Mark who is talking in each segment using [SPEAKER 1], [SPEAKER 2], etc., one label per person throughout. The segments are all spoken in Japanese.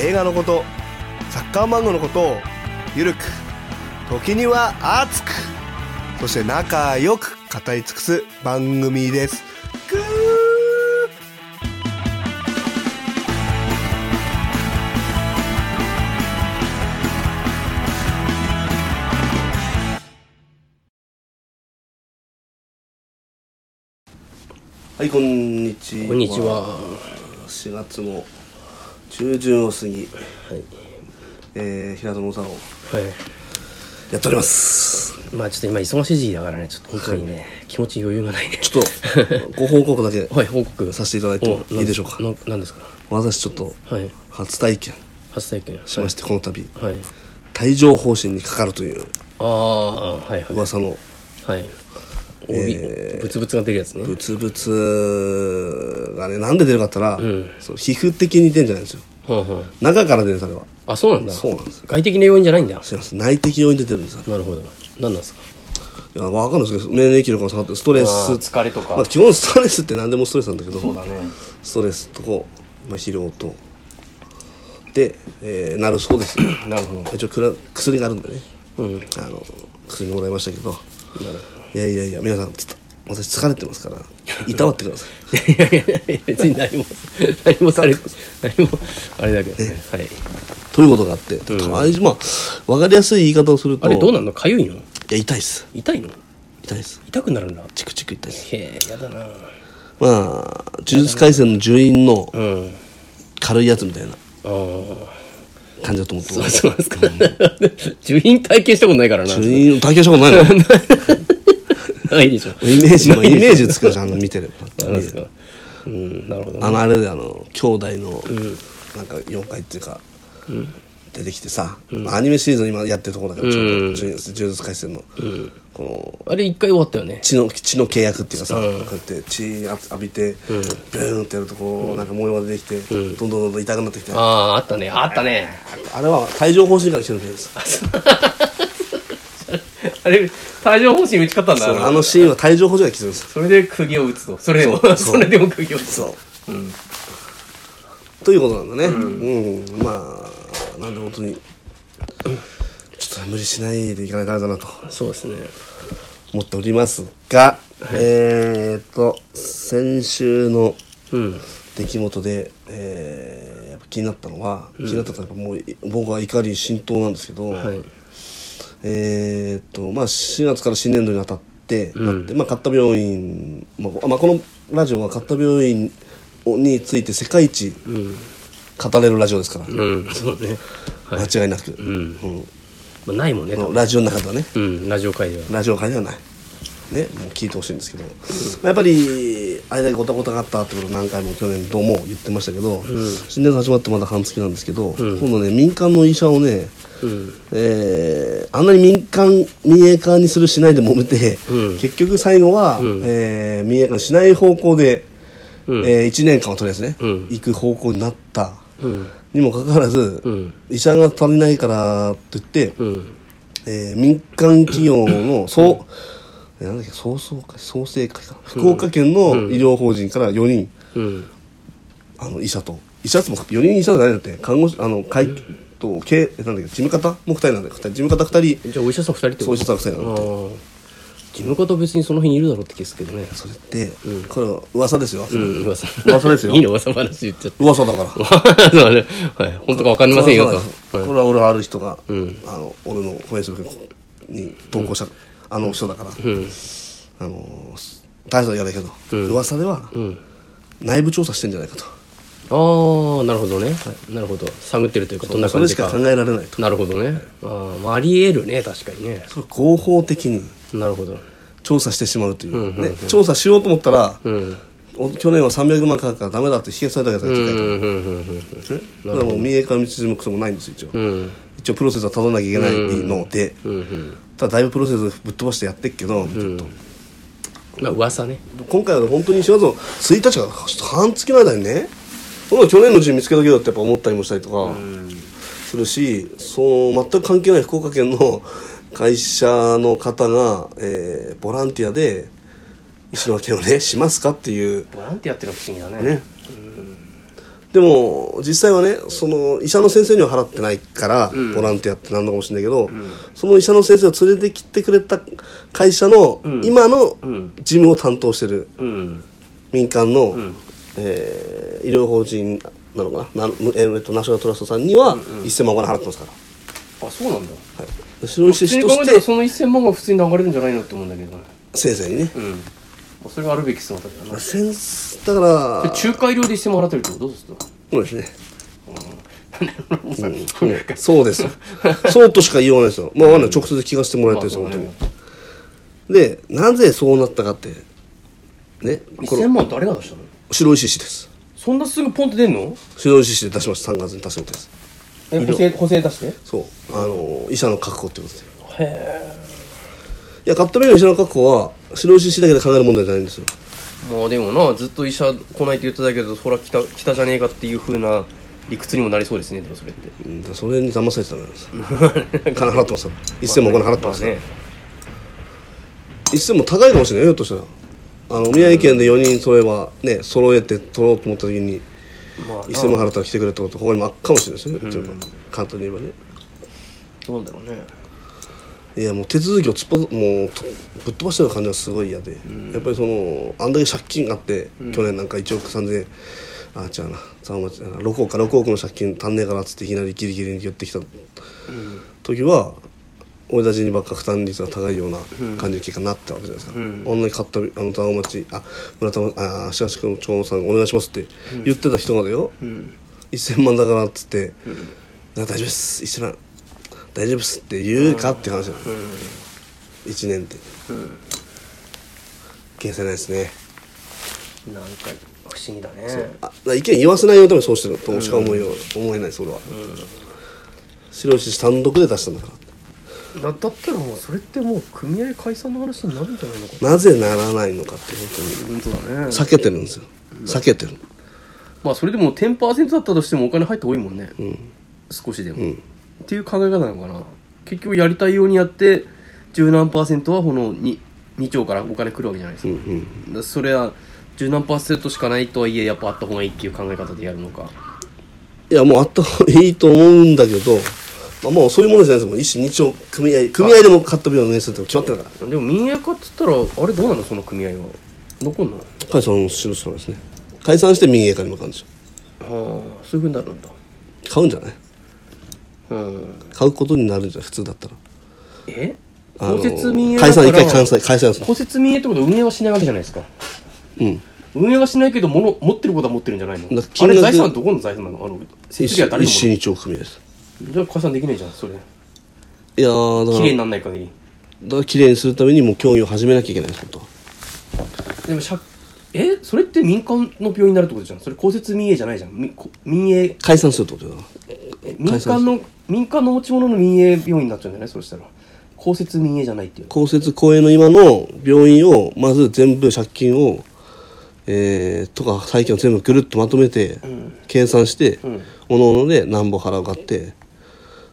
[SPEAKER 1] 映画のことサッカー漫画のことをゆるく時には熱くそして仲良く語り尽くす番組ですぐーはいこんにちは
[SPEAKER 2] こんにちは。
[SPEAKER 1] 4月も中旬を過ぎ
[SPEAKER 2] はい。
[SPEAKER 1] えー、平野さんを
[SPEAKER 2] はい。
[SPEAKER 1] やっております
[SPEAKER 2] まあちょっと今忙しい時期だからね、ちょっと本当にね、気持ちに余裕がないね。
[SPEAKER 1] ちょっとご報告だけ
[SPEAKER 2] はい、報告
[SPEAKER 1] させて
[SPEAKER 2] せ
[SPEAKER 1] いただいてもいいでしょうか
[SPEAKER 2] ななんですか
[SPEAKER 1] 私ちょっと
[SPEAKER 2] はい。
[SPEAKER 1] 初体験
[SPEAKER 2] 初体験。
[SPEAKER 1] しましてこの度
[SPEAKER 2] はい。
[SPEAKER 1] 帯状疱疹にかかるという
[SPEAKER 2] ああ、はいはい。
[SPEAKER 1] 噂の
[SPEAKER 2] はい。帯、ブツブツが出るやつね。
[SPEAKER 1] ブツブツがねなんで出るかって言ったら、
[SPEAKER 2] ん
[SPEAKER 1] その皮膚的に出るんじゃないんですよ
[SPEAKER 2] はんはん。
[SPEAKER 1] 中から出るんですあれは
[SPEAKER 2] あ、そうなんだ。
[SPEAKER 1] そうなんですよ
[SPEAKER 2] 外的な要因じゃないんだ。
[SPEAKER 1] すいません内的要因で出てるんですよ
[SPEAKER 2] なるほど。何なんですか
[SPEAKER 1] いや分かんないですけど免疫力が下がってストレス
[SPEAKER 2] あー疲れとか
[SPEAKER 1] まあ、基本ストレスって何でもストレスなんだけど
[SPEAKER 2] ね。
[SPEAKER 1] ストレスとこう、まあ、疲労とで、えーなるそうですよ
[SPEAKER 2] なるほど。
[SPEAKER 1] 一応くら薬があるんでね
[SPEAKER 2] うん。なる
[SPEAKER 1] あの薬もらいましたけど
[SPEAKER 2] ほど。
[SPEAKER 1] いやいやいや皆さんちょっと私疲れてますからいたわってください
[SPEAKER 2] いやいやいやいや、別に 何も、何もされ、何も、あれだけどね。はい。
[SPEAKER 1] ということがあって、うん、まあ分かりやすい言い方をすると
[SPEAKER 2] あれどう
[SPEAKER 1] い
[SPEAKER 2] なんのかゆいの
[SPEAKER 1] や痛いっす
[SPEAKER 2] 痛いの
[SPEAKER 1] 痛いっす
[SPEAKER 2] 痛くなるんだ。
[SPEAKER 1] チクチク痛いっす
[SPEAKER 2] へえ、やだな
[SPEAKER 1] まあ呪術廻戦の呪印の
[SPEAKER 2] うん。
[SPEAKER 1] 軽いやつみたいな
[SPEAKER 2] あ あ。
[SPEAKER 1] 感じだと思ってます
[SPEAKER 2] そうなんですか。受品体験したことないからな。
[SPEAKER 1] 呪印の体験したことないの
[SPEAKER 2] ないでしょ。
[SPEAKER 1] イメージ、まあ、
[SPEAKER 2] ない
[SPEAKER 1] イ
[SPEAKER 2] でしょ
[SPEAKER 1] メージつくじゃんあの見てれば
[SPEAKER 2] なんですか。うん、なるほど。
[SPEAKER 1] あのあれであの兄弟の
[SPEAKER 2] ん
[SPEAKER 1] なんか妖怪っていうか、出てきてさ、まあアニメシリーズン今やってるところだからちょっと
[SPEAKER 2] うん
[SPEAKER 1] 呪術呪術廻戦の、この
[SPEAKER 2] あれ一回終わったよね。
[SPEAKER 1] 血の血の契約っていうかさ、
[SPEAKER 2] う
[SPEAKER 1] こ
[SPEAKER 2] ん
[SPEAKER 1] うやって血浴びて、ブーンってやるとこうなんか模様が出てきて、どんどんどんどん痛くなってきて、
[SPEAKER 2] あ
[SPEAKER 1] あ
[SPEAKER 2] あ、あったね。あったね。
[SPEAKER 1] れは帯状疱疹から来てるんです
[SPEAKER 2] あれ、帯状疱疹打ち勝ったんだ。
[SPEAKER 1] あのシーンは帯状疱疹から来てるんですよ
[SPEAKER 2] それで釘を打つと。それでも、それでも釘を打つ。
[SPEAKER 1] そう、ということなんだねうん、まあなんで本当にちょっと無理しないでいかないとあれだなと
[SPEAKER 2] そうですね。
[SPEAKER 1] 思っておりますが、えー、っと先週の
[SPEAKER 2] うん。
[SPEAKER 1] 出来事で、えーやっぱ気になったのは、気になったのはやっぱもうい僕は怒り浸透なんですけど、
[SPEAKER 2] はい。
[SPEAKER 1] えー、っとまあ4月から新年度にあたって、
[SPEAKER 2] ん
[SPEAKER 1] なってまあ、買った病院、まあまあ、このラジオは買った病院をについて世界一
[SPEAKER 2] うん。
[SPEAKER 1] 語れるラジオですから、
[SPEAKER 2] うん、そうね。はい。
[SPEAKER 1] 間違いなく、
[SPEAKER 2] ん
[SPEAKER 1] うん
[SPEAKER 2] まあ、ないもんね
[SPEAKER 1] こ。のラジオの中ではね
[SPEAKER 2] うん、ラジオ会では。
[SPEAKER 1] ラジオ会ではない。ね、もう聞いてほしいんですけど、やっぱり間にごたごたがあったってことを何回も去年どうも言ってましたけど、新年度始まってまだ半月なんですけど、今度ね民間の医者をね、
[SPEAKER 2] うん。
[SPEAKER 1] えーあんなに民間民営化にするしないで揉めて、
[SPEAKER 2] うん
[SPEAKER 1] 結局最後は、えー民営化しない方向で、
[SPEAKER 2] うん
[SPEAKER 1] え1年間はとりあえずね、
[SPEAKER 2] うん
[SPEAKER 1] 行く方向になった
[SPEAKER 2] うん。
[SPEAKER 1] にもかかわらず、
[SPEAKER 2] ん
[SPEAKER 1] 医者が足りないからといって、
[SPEAKER 2] うん。
[SPEAKER 1] えー民間企業の総、えーなんだっけ創創会創生会か福岡県の医療法人から4人、
[SPEAKER 2] うん。
[SPEAKER 1] あの医者と医者っても4人医者じゃないんだって看護師あの会と経なんだっけ事務方も2人なんだよ事務方2人
[SPEAKER 2] じゃあお医者さん二人って
[SPEAKER 1] そう
[SPEAKER 2] こ
[SPEAKER 1] 医者
[SPEAKER 2] と
[SPEAKER 1] さん2人なんだって
[SPEAKER 2] ああ自分の方は別にその辺にいるだろうって気ですけどね
[SPEAKER 1] それって、これは噂ですよ、
[SPEAKER 2] うん噂
[SPEAKER 1] 噂ですよ
[SPEAKER 2] いいの噂話言っちゃって
[SPEAKER 1] 噂だから
[SPEAKER 2] そうねはい本当かわかりませんよ
[SPEAKER 1] こ
[SPEAKER 2] と
[SPEAKER 1] れ
[SPEAKER 2] はい
[SPEAKER 1] は俺はある人が、
[SPEAKER 2] ん
[SPEAKER 1] あの俺のフェイスブックに投稿した、あの人だから、
[SPEAKER 2] うん
[SPEAKER 1] あのー大したら嫌だけど、
[SPEAKER 2] うん
[SPEAKER 1] 噂では
[SPEAKER 2] うん
[SPEAKER 1] 内部調査してんじゃないかと、
[SPEAKER 2] ああなるほどねなるほど探ってるというかどんな
[SPEAKER 1] それ
[SPEAKER 2] 感
[SPEAKER 1] し
[SPEAKER 2] じ
[SPEAKER 1] か
[SPEAKER 2] か
[SPEAKER 1] 考えられないと
[SPEAKER 2] なるほどねあーまあありえるね確かにね
[SPEAKER 1] それ合法的に
[SPEAKER 2] なるほど
[SPEAKER 1] 調査してしまうという、ね、調査しようと思ったら、
[SPEAKER 2] うん
[SPEAKER 1] お去年は300万かかるからダメだって支援されたけど、
[SPEAKER 2] うん
[SPEAKER 1] ね
[SPEAKER 2] うんうん
[SPEAKER 1] それはもう民営化の道筋もクソもないんですよ一応、
[SPEAKER 2] うん
[SPEAKER 1] 一応プロセスはたどなきゃいけないので、
[SPEAKER 2] うんうん
[SPEAKER 1] ただだいぶプロセスぶっ飛ばしてやってっけど、ちょっと
[SPEAKER 2] まあ噂ね
[SPEAKER 1] 今回は本当に4月の1日が半月前だよねほな去年のうちに見つけたけどってやっぱ思ったりもしたりとかするし、その全く関係ない福岡県の会社の方が、えーボランティアで石巻をねしますかっていう
[SPEAKER 2] ボランティアってのは不思議だね
[SPEAKER 1] ねでも実際はねその医者の先生には払ってないから、ボランティアってなんのかもしれないけど、その医者の先生を連れてきてくれた会社の、今の
[SPEAKER 2] ん
[SPEAKER 1] 事務を担当してる
[SPEAKER 2] うん
[SPEAKER 1] 民間の、えー医療法人なのかなな、えーえっと、ナショナルトラストさんには1000万お金払ってますから、
[SPEAKER 2] あそうなん
[SPEAKER 1] は
[SPEAKER 2] だ
[SPEAKER 1] い、後ろにして
[SPEAKER 2] 普通に
[SPEAKER 1] 人
[SPEAKER 2] 考
[SPEAKER 1] と
[SPEAKER 2] えたら
[SPEAKER 1] して
[SPEAKER 2] その1000万が普通に流れるんじゃないのって思うんだけどね
[SPEAKER 1] 先生にね、
[SPEAKER 2] うんそれがあるべき姿だよな
[SPEAKER 1] 先生だから
[SPEAKER 2] で仲介料で1000万払ってるってことですと
[SPEAKER 1] そうですね、うんそうそうですよそうとしか言いようがないですよまあ、わかんない直接聞かせてもらえてるんですよ
[SPEAKER 2] まあ
[SPEAKER 1] 本当に
[SPEAKER 2] そう
[SPEAKER 1] でなぜそうなったかってねこ
[SPEAKER 2] 1000
[SPEAKER 1] の
[SPEAKER 2] 万誰が出したの
[SPEAKER 1] 白石市です
[SPEAKER 2] そんなすぐポンって出んの
[SPEAKER 1] 白石市で出しました3月に出したことです
[SPEAKER 2] え補正補正出してへ
[SPEAKER 1] そうあの医者の確保ってことです
[SPEAKER 2] え
[SPEAKER 1] いや買った目の医者の確保は白石市だけで考える問題じゃないんですよ
[SPEAKER 2] まあでもなずっと医者来ないって言ってたけどそら来た来たじゃねえかっていうふうな理屈にもなりそうですねでもそれって
[SPEAKER 1] うんそれに騙されてたのよ金払ってますよ1000もお金払ってますよ、
[SPEAKER 2] ね
[SPEAKER 1] 1000も高いかもしれないよひょっとしたらあの宮城県で4人揃えばね揃えて取ろうと思った時に
[SPEAKER 2] まあ
[SPEAKER 1] 1000も払ったら来てくれってこと他にもあっかもしれないですよね、ちょっと簡単に言えばね
[SPEAKER 2] どうなんだろうね
[SPEAKER 1] いやもう手続きを突っぱもうとぶっ飛ばしてる感じがすごい嫌で、やっぱりそのあんだけ借金があって、去年なんか1億3000円あ違うな三億6億か6億の借金足んねえからっつっていきなりギリギリに寄ってきた時は、俺たちにばっか負担率が高いような感じの結果になったわけじゃないですか、あ
[SPEAKER 2] ん
[SPEAKER 1] んなに買ったあの田尾町あ村田あ足足君長野さんお願いしますって言ってた人がだよ、1000万だからっつって、いや大丈夫です一緒な大丈夫っすって言うかって話なの、1年って消せないですね
[SPEAKER 2] なんか不思議だね
[SPEAKER 1] あだから意見言わせないようのためにそうしてるとしか思いよ、思えないそれは、白石単独で出したんだか
[SPEAKER 2] だだったらもうそれってもう組合解散の話になるんじゃないのから
[SPEAKER 1] なぜならないのかって本
[SPEAKER 2] 本当だね
[SPEAKER 1] 当に避けてるんですよ避けてる
[SPEAKER 2] まあそれでも10%だったとしてもお金入って多いもんね、少しでも、っていう考え方なのかな結局やりたいようにやって十何パーセントはこの 2, 2兆からお金来るわけじゃないですか,、それは十何パーセントしかないとはいえやっぱあった方がいいっていう考え方でやるのか
[SPEAKER 1] いやもうあった方がいいと思うんだけどまあもうそういうものじゃないですもん一種二丁組合組合でも買った分の年数って決まってるから
[SPEAKER 2] でも民営化っつったらあれどうなのその組合は残んの
[SPEAKER 1] 解散するそうですね解散して民営化に向かうんですよ
[SPEAKER 2] ああそういうふうになるんだ
[SPEAKER 1] 買うんじゃない
[SPEAKER 2] うん
[SPEAKER 1] 買うことになるんじゃない普通だったら
[SPEAKER 2] え
[SPEAKER 1] あの
[SPEAKER 2] 公設民営だ
[SPEAKER 1] 解
[SPEAKER 2] から
[SPEAKER 1] 散一回解散解散する
[SPEAKER 2] 公設民営ってことは運営はしないわけじゃないですか
[SPEAKER 1] うん
[SPEAKER 2] 運営はしないけど物持ってることは持ってるんじゃないの
[SPEAKER 1] だから
[SPEAKER 2] あ
[SPEAKER 1] 金
[SPEAKER 2] れ
[SPEAKER 1] 額
[SPEAKER 2] 財産どこの財産なのあの設
[SPEAKER 1] 一
[SPEAKER 2] 備は誰にも
[SPEAKER 1] 種一丁組合です
[SPEAKER 2] じゃあ解散できないじゃんそれ
[SPEAKER 1] いやーだ
[SPEAKER 2] 綺
[SPEAKER 1] か
[SPEAKER 2] 麗に
[SPEAKER 1] ら
[SPEAKER 2] ならない限り
[SPEAKER 1] だから綺麗にするためにもう競技を始めなきゃいけないです本当は
[SPEAKER 2] でもしゃえそれって民間の病院になるってことじゃんそれ公設民営じゃないじゃんみこ民営
[SPEAKER 1] 解散するってことだな
[SPEAKER 2] え
[SPEAKER 1] 解
[SPEAKER 2] 民
[SPEAKER 1] 散
[SPEAKER 2] 間の民間の持ち物の民営病院になっちゃうんじゃないそうしたら公設民営じゃないっていう
[SPEAKER 1] 公設公営の今の病院をまず全部借金をえー、とか債権を全部ぐるっとまとめて、計算して、
[SPEAKER 2] ん
[SPEAKER 1] おのおので何本払うかって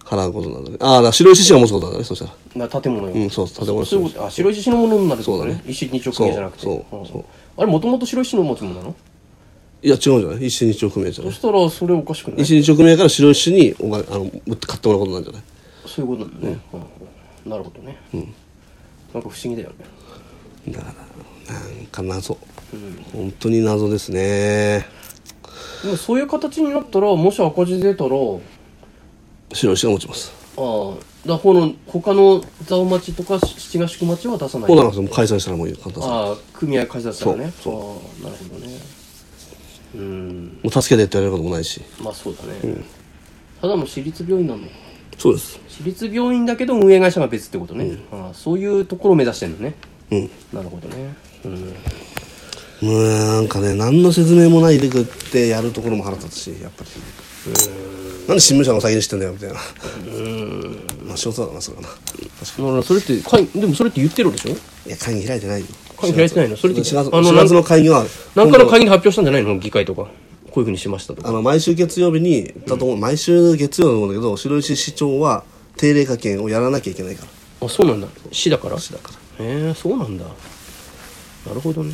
[SPEAKER 1] 払うことなんだねああだから白石市が持つことなんだねそしたら
[SPEAKER 2] な建物よ、
[SPEAKER 1] うんそう建物
[SPEAKER 2] そういうことあ白石市のものになるってこと
[SPEAKER 1] そう
[SPEAKER 2] ね
[SPEAKER 1] だね
[SPEAKER 2] 石二直系じゃなくて
[SPEAKER 1] そうそうそう
[SPEAKER 2] あれもともと白石市の持ち物なの
[SPEAKER 1] いや違うんじゃない一種二丁組合じゃな
[SPEAKER 2] そ
[SPEAKER 1] い
[SPEAKER 2] したらそれおかしくない
[SPEAKER 1] 一種二丁組合から白石市にお金あの売って買ってもらうことなんじゃない
[SPEAKER 2] そういうことなんだね、うんうんなるほどね、なんか不思議だよね
[SPEAKER 1] だからなんか謎、本当に謎ですね
[SPEAKER 2] でもそういう形になったらもし赤字出たらあ
[SPEAKER 1] 白石が持ちます
[SPEAKER 2] あだほの他の蔵王町とか七ヶ宿町は出さない
[SPEAKER 1] 小高さんも解散したらもういいよ簡単さも
[SPEAKER 2] ああ組合貸し出したらね
[SPEAKER 1] そう
[SPEAKER 2] ああなるほどねうん
[SPEAKER 1] う助けてって言われることもないし
[SPEAKER 2] まあそうだね、ただの私立病院なのか
[SPEAKER 1] そうです
[SPEAKER 2] 私立病院だけど運営会社が別ってことね、ああそういうところを目指してるのね
[SPEAKER 1] うん
[SPEAKER 2] なるほどね、うん、
[SPEAKER 1] うーんなんかね何の説明もないでくってやるところも腹立つしやっぱりなんで新聞社の先に知ってんだよみたいな まあ仕事だからなそれはな
[SPEAKER 2] だからそれって会でもそれって言ってるでしょ
[SPEAKER 1] いや会議開いてないよ
[SPEAKER 2] 会議開いてないのそれって
[SPEAKER 1] 4月
[SPEAKER 2] あの
[SPEAKER 1] 4月の会議は
[SPEAKER 2] 何か
[SPEAKER 1] 今
[SPEAKER 2] の
[SPEAKER 1] 度
[SPEAKER 2] 会議で発表したんじゃないの議会とかこういうふうにしましたとか
[SPEAKER 1] あの毎週月曜日にだと思う毎週月曜なんだけど白石市長は定例会見をやらなきゃいけないから
[SPEAKER 2] あそうなんだ市だからへ
[SPEAKER 1] だから
[SPEAKER 2] えそうなんだなるほどね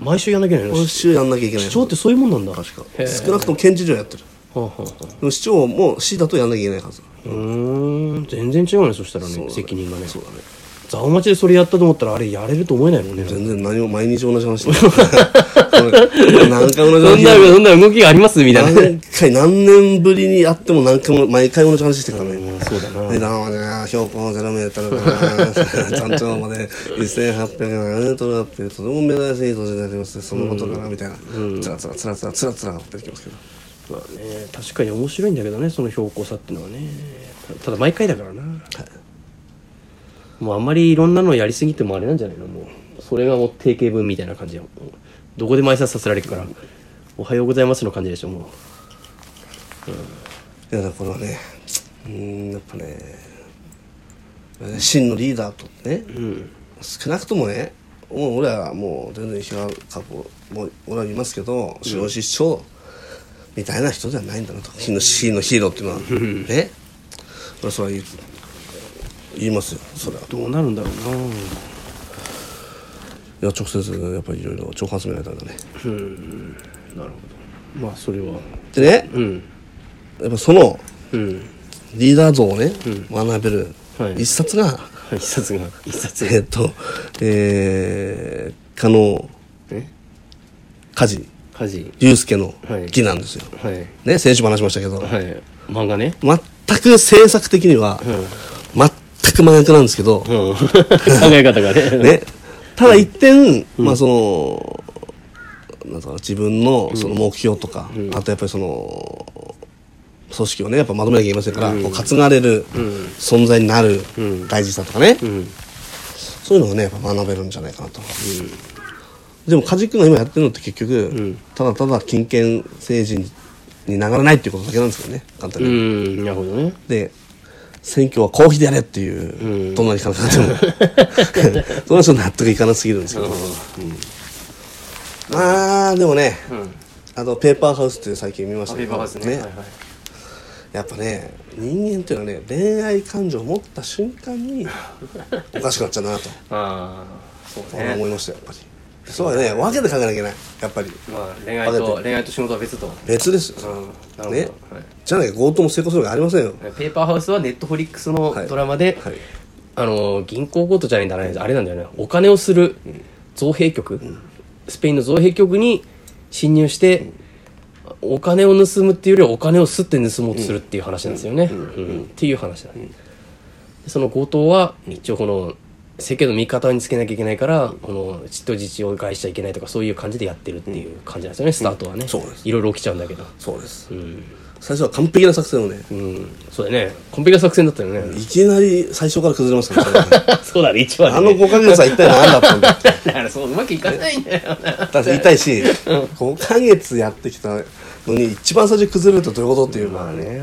[SPEAKER 2] 毎週やんなきゃいけないの
[SPEAKER 1] 毎週やんなきゃいけない
[SPEAKER 2] 市長ってそういうもんなんだ確
[SPEAKER 1] 確か
[SPEAKER 2] へえ
[SPEAKER 1] 少なくとも県知事はやってる
[SPEAKER 2] はあ、はあはあ、
[SPEAKER 1] でも市長も市だとやんなきゃいけないはず
[SPEAKER 2] うーん全然違うねそしたらね責任がね
[SPEAKER 1] そうだね
[SPEAKER 2] ざおまちでそれやったと思ったらあれやれると思えないもんね そん
[SPEAKER 1] 全然何も毎日同じ話だ そう何回も同じ
[SPEAKER 2] な
[SPEAKER 1] 話
[SPEAKER 2] そんな動きがありますみたいなね
[SPEAKER 1] 何回何年ぶりに会っても何回も毎回同じ話してるからね
[SPEAKER 2] うんそうだな
[SPEAKER 1] でどうもね標高ゼロメートルから 山頂まで1800メートルだっていうとても珍しい土地になりますそのことからみたいなつらつらつらつらつらつらってきますけど
[SPEAKER 2] まあね確かに面白いんだけどねその標高差っていうのはねたただ毎回だからな、もうあんまりいろんなのやりすぎてもあれなんじゃないのもうそれがもう定型文みたいな感じよもうどこでも挨拶させられるから「おはようございます」の感じでしょも
[SPEAKER 1] いやだからねうーんやっぱね真のリーダーとね、少なくともねもう俺はもう全然平川もう俺は見ますけど司法失長みたいな人じゃないんだなと真の真のヒーローっていうのはね俺はそれは言い言いますよそれは
[SPEAKER 2] うどうなるんだろうない
[SPEAKER 1] や直接やっぱりいろいろ挑発められたんだね
[SPEAKER 2] なるほどまあそれは
[SPEAKER 1] でね
[SPEAKER 2] うん
[SPEAKER 1] やっぱその
[SPEAKER 2] うん
[SPEAKER 1] リーダー像をね、学べる
[SPEAKER 2] はい
[SPEAKER 1] 一冊が、
[SPEAKER 2] はい一冊が一冊
[SPEAKER 1] えっとえー、加納
[SPEAKER 2] え
[SPEAKER 1] 梶
[SPEAKER 2] 家事
[SPEAKER 1] 祐介の
[SPEAKER 2] はい
[SPEAKER 1] 義なんですよ、
[SPEAKER 2] はい
[SPEAKER 1] ね先週も話しましたけど、
[SPEAKER 2] はい漫画ね
[SPEAKER 1] 全く制作的には、全く真逆なんですけど、
[SPEAKER 2] うん考え方が ね
[SPEAKER 1] ねただ一点、まあそのなんだろう自分のその目標とか、あとやっぱりその組織をねやっぱまとめなきゃいけませんから、こう担がれる存在になる大事さとかね、
[SPEAKER 2] うん
[SPEAKER 1] そういうのがねやっぱ学べるんじゃないかなと、でも梶君が今やってるのって結局、ただただ金権政治にならないっていうことだけなんですけどね簡単
[SPEAKER 2] う
[SPEAKER 1] に、
[SPEAKER 2] んなるほどね
[SPEAKER 1] で選挙は公費でやれっていう、どんなに簡単 でもその人納得いかなすぎるんですけど、まあでもね、あとペーパーハウスって最近見ましたけどやっぱね人間っていうのはね恋愛感情を持った瞬間に おかしくなっちゃうなと
[SPEAKER 2] ああそう
[SPEAKER 1] 俺は
[SPEAKER 2] ね
[SPEAKER 1] 思いましたよやっぱりそうだね分けて考えなきゃいけないやっぱり
[SPEAKER 2] まあ恋愛と恋愛と仕事は別と
[SPEAKER 1] 別ですよ、
[SPEAKER 2] なるほど、
[SPEAKER 1] ね
[SPEAKER 2] はい
[SPEAKER 1] じゃなきゃ強盗も成功するわけありませんよ
[SPEAKER 2] ペーパーハウスはネットフリックスの
[SPEAKER 1] はい
[SPEAKER 2] ドラマで、
[SPEAKER 1] はい
[SPEAKER 2] あの銀行強盗じゃないんだねあれなんだよねお金をする造幣局、スペインの造幣局に侵入して、お金を盗むっていうよりはお金をすって盗もうとするっていう話なんですよね、うんっていう話だね、その強盗は一応この世間の味方につけなきゃいけないからこの人質を返しちゃいけないとかそういう感じでやってるっていう感じなんですよね、スタートはね、
[SPEAKER 1] そうです
[SPEAKER 2] いろいろ起きちゃうんだけど
[SPEAKER 1] そうです
[SPEAKER 2] うん
[SPEAKER 1] 最初は完璧な作戦をね、
[SPEAKER 2] うん、そうだね。完璧な作戦だったよね。
[SPEAKER 1] いきなり最初から崩れますからね
[SPEAKER 2] そうだね、一番
[SPEAKER 1] あ の5ヶ月は一体何だったんだって
[SPEAKER 2] だからそう、うまくいかないんだよな。
[SPEAKER 1] だって痛いし、5ヶ月やってきたのに一番最初崩れるとどういうことっていうまあね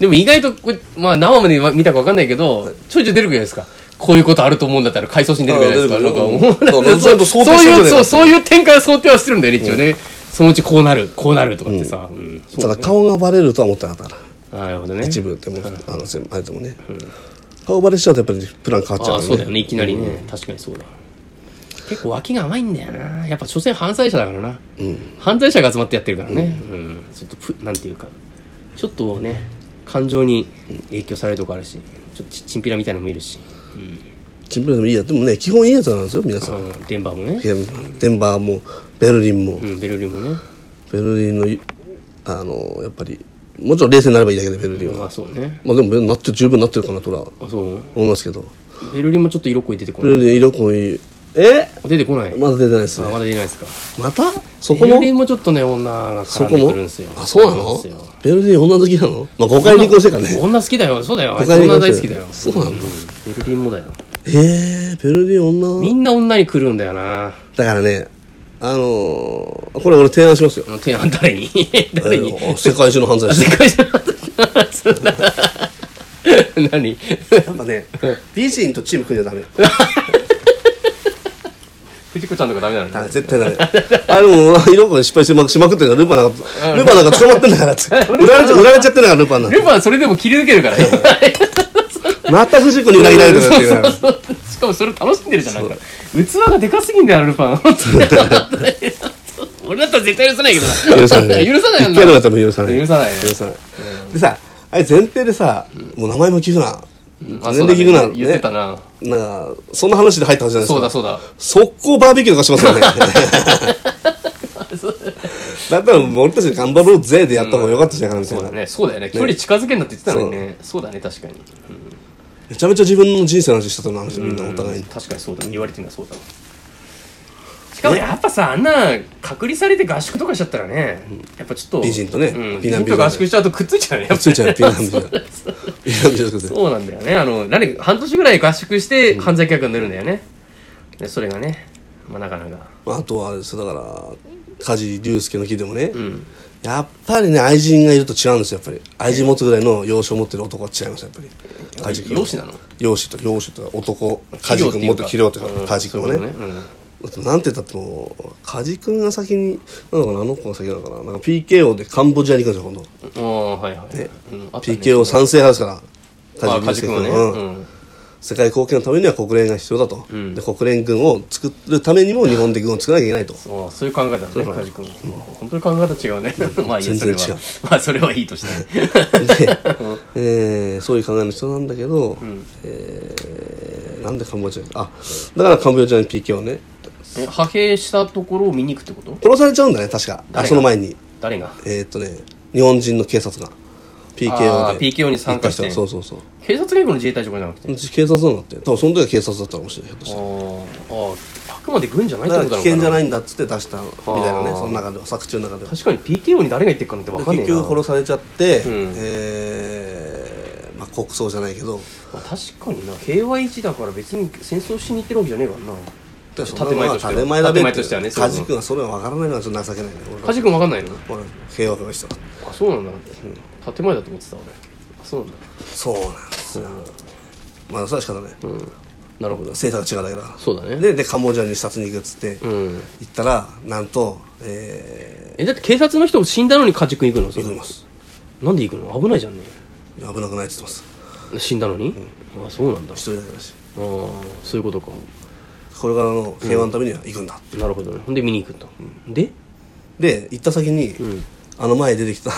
[SPEAKER 2] でも意外とこれ、まあ生まで見たかわかんないけど、ちょいちょい出てくるじゃないですか。こういうことあると思うんだったら回想シーン出てくるじゃないですか。
[SPEAKER 1] あ
[SPEAKER 2] なん
[SPEAKER 1] 出
[SPEAKER 2] かも
[SPEAKER 1] てくる
[SPEAKER 2] う、
[SPEAKER 1] そう
[SPEAKER 2] な
[SPEAKER 1] そう
[SPEAKER 2] んかそうそういう、そ
[SPEAKER 1] そ
[SPEAKER 2] う、そういう展開を想定はしてるんだよね、一応ね。そのうちこうなる、こうなるとかってさ。うん
[SPEAKER 1] ただ顔がバレるとは思ってなかったから
[SPEAKER 2] あなるほどね。
[SPEAKER 1] 一部でもあの全部あれでもね、顔バレしちゃうとやっぱりプラン変わっちゃ
[SPEAKER 2] あ
[SPEAKER 1] うか
[SPEAKER 2] あ、
[SPEAKER 1] ら
[SPEAKER 2] そうだよね、いきなりね。確かにそうだ。結構脇が甘いんだよな。やっぱ、所詮犯罪者だからな。犯罪者が集まってやってるからね。うん。ちょっとプ、なんていうか。ちょっとね、感情に影響されるとこあるし、ちょっとちチンピラみたいなのもいるし、
[SPEAKER 1] チンプルでもいいやでもね基本いいやつなんですよ皆さん
[SPEAKER 2] うん、デンバーもね、
[SPEAKER 1] デンデンバーもベルリンも、
[SPEAKER 2] うん、ベルリンもね。
[SPEAKER 1] ベルリンのいあのやっぱりもちろん冷静になればいいだけでベルリンは、
[SPEAKER 2] まあ、そうね。
[SPEAKER 1] まあでもベルなって十分なってるかなとは
[SPEAKER 2] あ、そう。
[SPEAKER 1] 思いますけど
[SPEAKER 2] ベルリンもちょっと色濃い出てこ
[SPEAKER 1] ベ
[SPEAKER 2] ない。
[SPEAKER 1] ルリン色濃いえ
[SPEAKER 2] 出てこない。
[SPEAKER 1] まだ出てないです
[SPEAKER 2] あ
[SPEAKER 1] ね
[SPEAKER 2] まだ出ないですか。
[SPEAKER 1] またそこ
[SPEAKER 2] ベル
[SPEAKER 1] も
[SPEAKER 2] リンもちょっとね、女が
[SPEAKER 1] そ
[SPEAKER 2] 絡ん
[SPEAKER 1] こ
[SPEAKER 2] で
[SPEAKER 1] も
[SPEAKER 2] くるんですよ。
[SPEAKER 1] あそうなのベルリン女好きなのまあ誤解に離婚してるからね
[SPEAKER 2] 女好きだよ。そうだよ。あいつ
[SPEAKER 1] 誤解に
[SPEAKER 2] 女
[SPEAKER 1] 離婚
[SPEAKER 2] 大好
[SPEAKER 1] し
[SPEAKER 2] き
[SPEAKER 1] て
[SPEAKER 2] だ
[SPEAKER 1] る
[SPEAKER 2] よ。
[SPEAKER 1] そうなの
[SPEAKER 2] ベルリンもだよ。
[SPEAKER 1] へえ、ペルディ女。
[SPEAKER 2] みんな女に来るんだよな。
[SPEAKER 1] だからね、あのーこれ俺提案しますよ。
[SPEAKER 2] 提案誰に 誰に
[SPEAKER 1] えー世界中の犯罪者。
[SPEAKER 2] 世界中の話すんだ 何
[SPEAKER 1] やっぱね、美人とチーム組んじゃ ダメ。
[SPEAKER 2] 藤子ちゃんとかダメなの
[SPEAKER 1] あ絶対ダメ。あれも、色が失敗しましまくってるから、ルパンなんか、ルパンなんか捕まってんだからって。 売られちゃ、売られちゃってんだから、ルパンなんか。
[SPEAKER 2] ルパンそれでも切り抜けるからね
[SPEAKER 1] また藤子に裏切られてるっていう。
[SPEAKER 2] そうそうそうしかもそれ楽しんでるじゃんないか器がでかすぎんだよあのルパン俺だったら絶対許さないけどな
[SPEAKER 1] 許さない。
[SPEAKER 2] 許さないよ
[SPEAKER 1] 一回の
[SPEAKER 2] な
[SPEAKER 1] やったら許さない。
[SPEAKER 2] 許さないね
[SPEAKER 1] 許さない。でさ、あれ前提でさ、もう名前も聞くな。
[SPEAKER 2] あ
[SPEAKER 1] 全然聞く
[SPEAKER 2] そう
[SPEAKER 1] な。
[SPEAKER 2] だね言ってたな
[SPEAKER 1] ね。なんか、そんな話で入ったはずじゃないですか。
[SPEAKER 2] そうだそうだ
[SPEAKER 1] 速攻バーベキューとかしますよね。だったらもう俺たち頑張ろうぜでやった方が良かったじゃんかなみた
[SPEAKER 2] そ
[SPEAKER 1] いう
[SPEAKER 2] だ
[SPEAKER 1] な。
[SPEAKER 2] ねそうだよね距離近づけんなって言ってたのにねそうだね確かに
[SPEAKER 1] めちゃめちゃ自分の人生の話してたの話みんなお互いに。
[SPEAKER 2] 確かにそうだね言われてるのはそうだわしかもやっぱさあんな隔離されて合宿とかしちゃったらねやっぱちょっと
[SPEAKER 1] 美人とね
[SPEAKER 2] うん
[SPEAKER 1] 美
[SPEAKER 2] 美
[SPEAKER 1] 男
[SPEAKER 2] 人
[SPEAKER 1] 美女
[SPEAKER 2] と
[SPEAKER 1] で
[SPEAKER 2] 合宿しちゃうとくっついちゃうねやっぱ
[SPEAKER 1] ついちゃうピーナンビー。ピーナンビーですけど。
[SPEAKER 2] そうなんだよね。あの、何、半年ぐらい合宿して犯罪客になるんだよね。で、それがね、まあなかなか。
[SPEAKER 1] まああとはあれですよだから梶龍介の木でもね、やっぱりね愛人がいると違うんですよやっぱり愛人持つぐらいの容姿を持ってる男は違いますやっぱり梶君は
[SPEAKER 2] 容姿なの
[SPEAKER 1] 容姿と容姿と男梶君もっと器量というか梶君はね,、
[SPEAKER 2] そういうことね
[SPEAKER 1] なんて言ったってもう梶君が先になのかなあの子が先なのかななんか PKO でカンボジアに行くんですよ今度、
[SPEAKER 2] うん。ああー、はいはい。うんあったね
[SPEAKER 1] PKO 賛成派ですから
[SPEAKER 2] あ、カジ君はね。
[SPEAKER 1] う
[SPEAKER 2] うんん。
[SPEAKER 1] 世界貢献のためには国連が必要だと、で国連軍を作るためにも日本で軍を作らなきゃいけないと
[SPEAKER 2] そうそういう考えだね、カジ君。本当に考え方違うね。 まあいいや、
[SPEAKER 1] 全
[SPEAKER 2] それ
[SPEAKER 1] 然
[SPEAKER 2] は
[SPEAKER 1] 違う。
[SPEAKER 2] まあそれはいいとして。
[SPEAKER 1] で、えーそういう考えの人なんだけど、えーなんでカンボジアあだからカンボジアに PK をね
[SPEAKER 2] え派兵したところを見に行くってこと
[SPEAKER 1] 殺されちゃうんだね確か
[SPEAKER 2] 誰
[SPEAKER 1] あ
[SPEAKER 2] が
[SPEAKER 1] その前に
[SPEAKER 2] 誰が
[SPEAKER 1] えーっとね日本人の警察が PKO
[SPEAKER 2] あ
[SPEAKER 1] で
[SPEAKER 2] ー PKO に参加して
[SPEAKER 1] 行った人そうそうそう
[SPEAKER 2] 警察連合の自衛隊とかじゃなくて。あ
[SPEAKER 1] うち警察なんだって多分その時は警察だったかもしれないひょっとし
[SPEAKER 2] あ
[SPEAKER 1] たら
[SPEAKER 2] ー、あくまで軍じゃないって
[SPEAKER 1] だ
[SPEAKER 2] こ
[SPEAKER 1] か
[SPEAKER 2] と
[SPEAKER 1] ら
[SPEAKER 2] な
[SPEAKER 1] 危険
[SPEAKER 2] の
[SPEAKER 1] じ
[SPEAKER 2] か
[SPEAKER 1] ゃ
[SPEAKER 2] な
[SPEAKER 1] ないんだっつって出したみたいなね
[SPEAKER 2] あー
[SPEAKER 1] その中では作中の中では
[SPEAKER 2] 確かに PKO に誰が行ってるかなんてわかんねえ
[SPEAKER 1] 結
[SPEAKER 2] な。
[SPEAKER 1] 局殺されちゃって、
[SPEAKER 2] うん
[SPEAKER 1] えーまあ、国葬じゃないけど
[SPEAKER 2] まあ、確かにな平和維持だから別に戦争しに行ってるわけじゃねえからな建前としては
[SPEAKER 1] 建前だべ
[SPEAKER 2] 建
[SPEAKER 1] っ
[SPEAKER 2] 前
[SPEAKER 1] て
[SPEAKER 2] としてはね
[SPEAKER 1] 梶君はそれは分からないのはちょっと情けないね俺は
[SPEAKER 2] 梶君わかんないの
[SPEAKER 1] 俺は平和がした
[SPEAKER 2] あそうなんだ、建前だと思ってた俺あそうなんだ
[SPEAKER 1] そうなんですよまあそれは仕方ない
[SPEAKER 2] なるほど
[SPEAKER 1] 生徒が違うだけだから
[SPEAKER 2] そうだね
[SPEAKER 1] ででカンボジアに視察に行くっつって
[SPEAKER 2] うん
[SPEAKER 1] 行ったらなんとえ
[SPEAKER 2] えだって警察の人死んだのに梶君行くのそ
[SPEAKER 1] ー
[SPEAKER 2] れ
[SPEAKER 1] 行きます
[SPEAKER 2] なんで行くの危ないじゃんね
[SPEAKER 1] 危なくないっつってます
[SPEAKER 2] 死んだのに、あそうなんだあ
[SPEAKER 1] 一人だけだし
[SPEAKER 2] あそういうことか
[SPEAKER 1] これからの平和のためには行くんだ
[SPEAKER 2] なるほどねほんで見に行くと、で
[SPEAKER 1] で行った先にあの前出てきた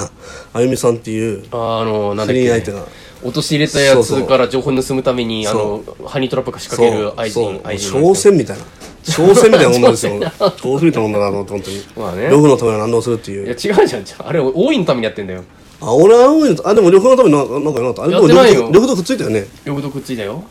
[SPEAKER 1] あゆみさんっていう
[SPEAKER 2] ああのなんだっ
[SPEAKER 1] 不倫
[SPEAKER 2] け
[SPEAKER 1] 相手が
[SPEAKER 2] 陥れたや
[SPEAKER 1] そうそ
[SPEAKER 2] つ
[SPEAKER 1] う
[SPEAKER 2] から情報盗むために
[SPEAKER 1] そ
[SPEAKER 2] あのハニートラップが仕掛ける愛
[SPEAKER 1] そ
[SPEAKER 2] 人
[SPEAKER 1] う
[SPEAKER 2] 愛人
[SPEAKER 1] 挑戦み たいな挑戦みたいな女ですよ挑戦みたいな女だなと思って
[SPEAKER 2] まあね
[SPEAKER 1] ログのためなら何でもするって
[SPEAKER 2] い
[SPEAKER 1] い
[SPEAKER 2] や
[SPEAKER 1] う
[SPEAKER 2] 違うじゃんじゃああれ大いのためにやってんだよ
[SPEAKER 1] あ俺は青いのとあでも緑のためになんかなんかなかったあれでも
[SPEAKER 2] やってな
[SPEAKER 1] 緑
[SPEAKER 2] いよ
[SPEAKER 1] と緑とくっついたよね
[SPEAKER 2] 両とくっついたよ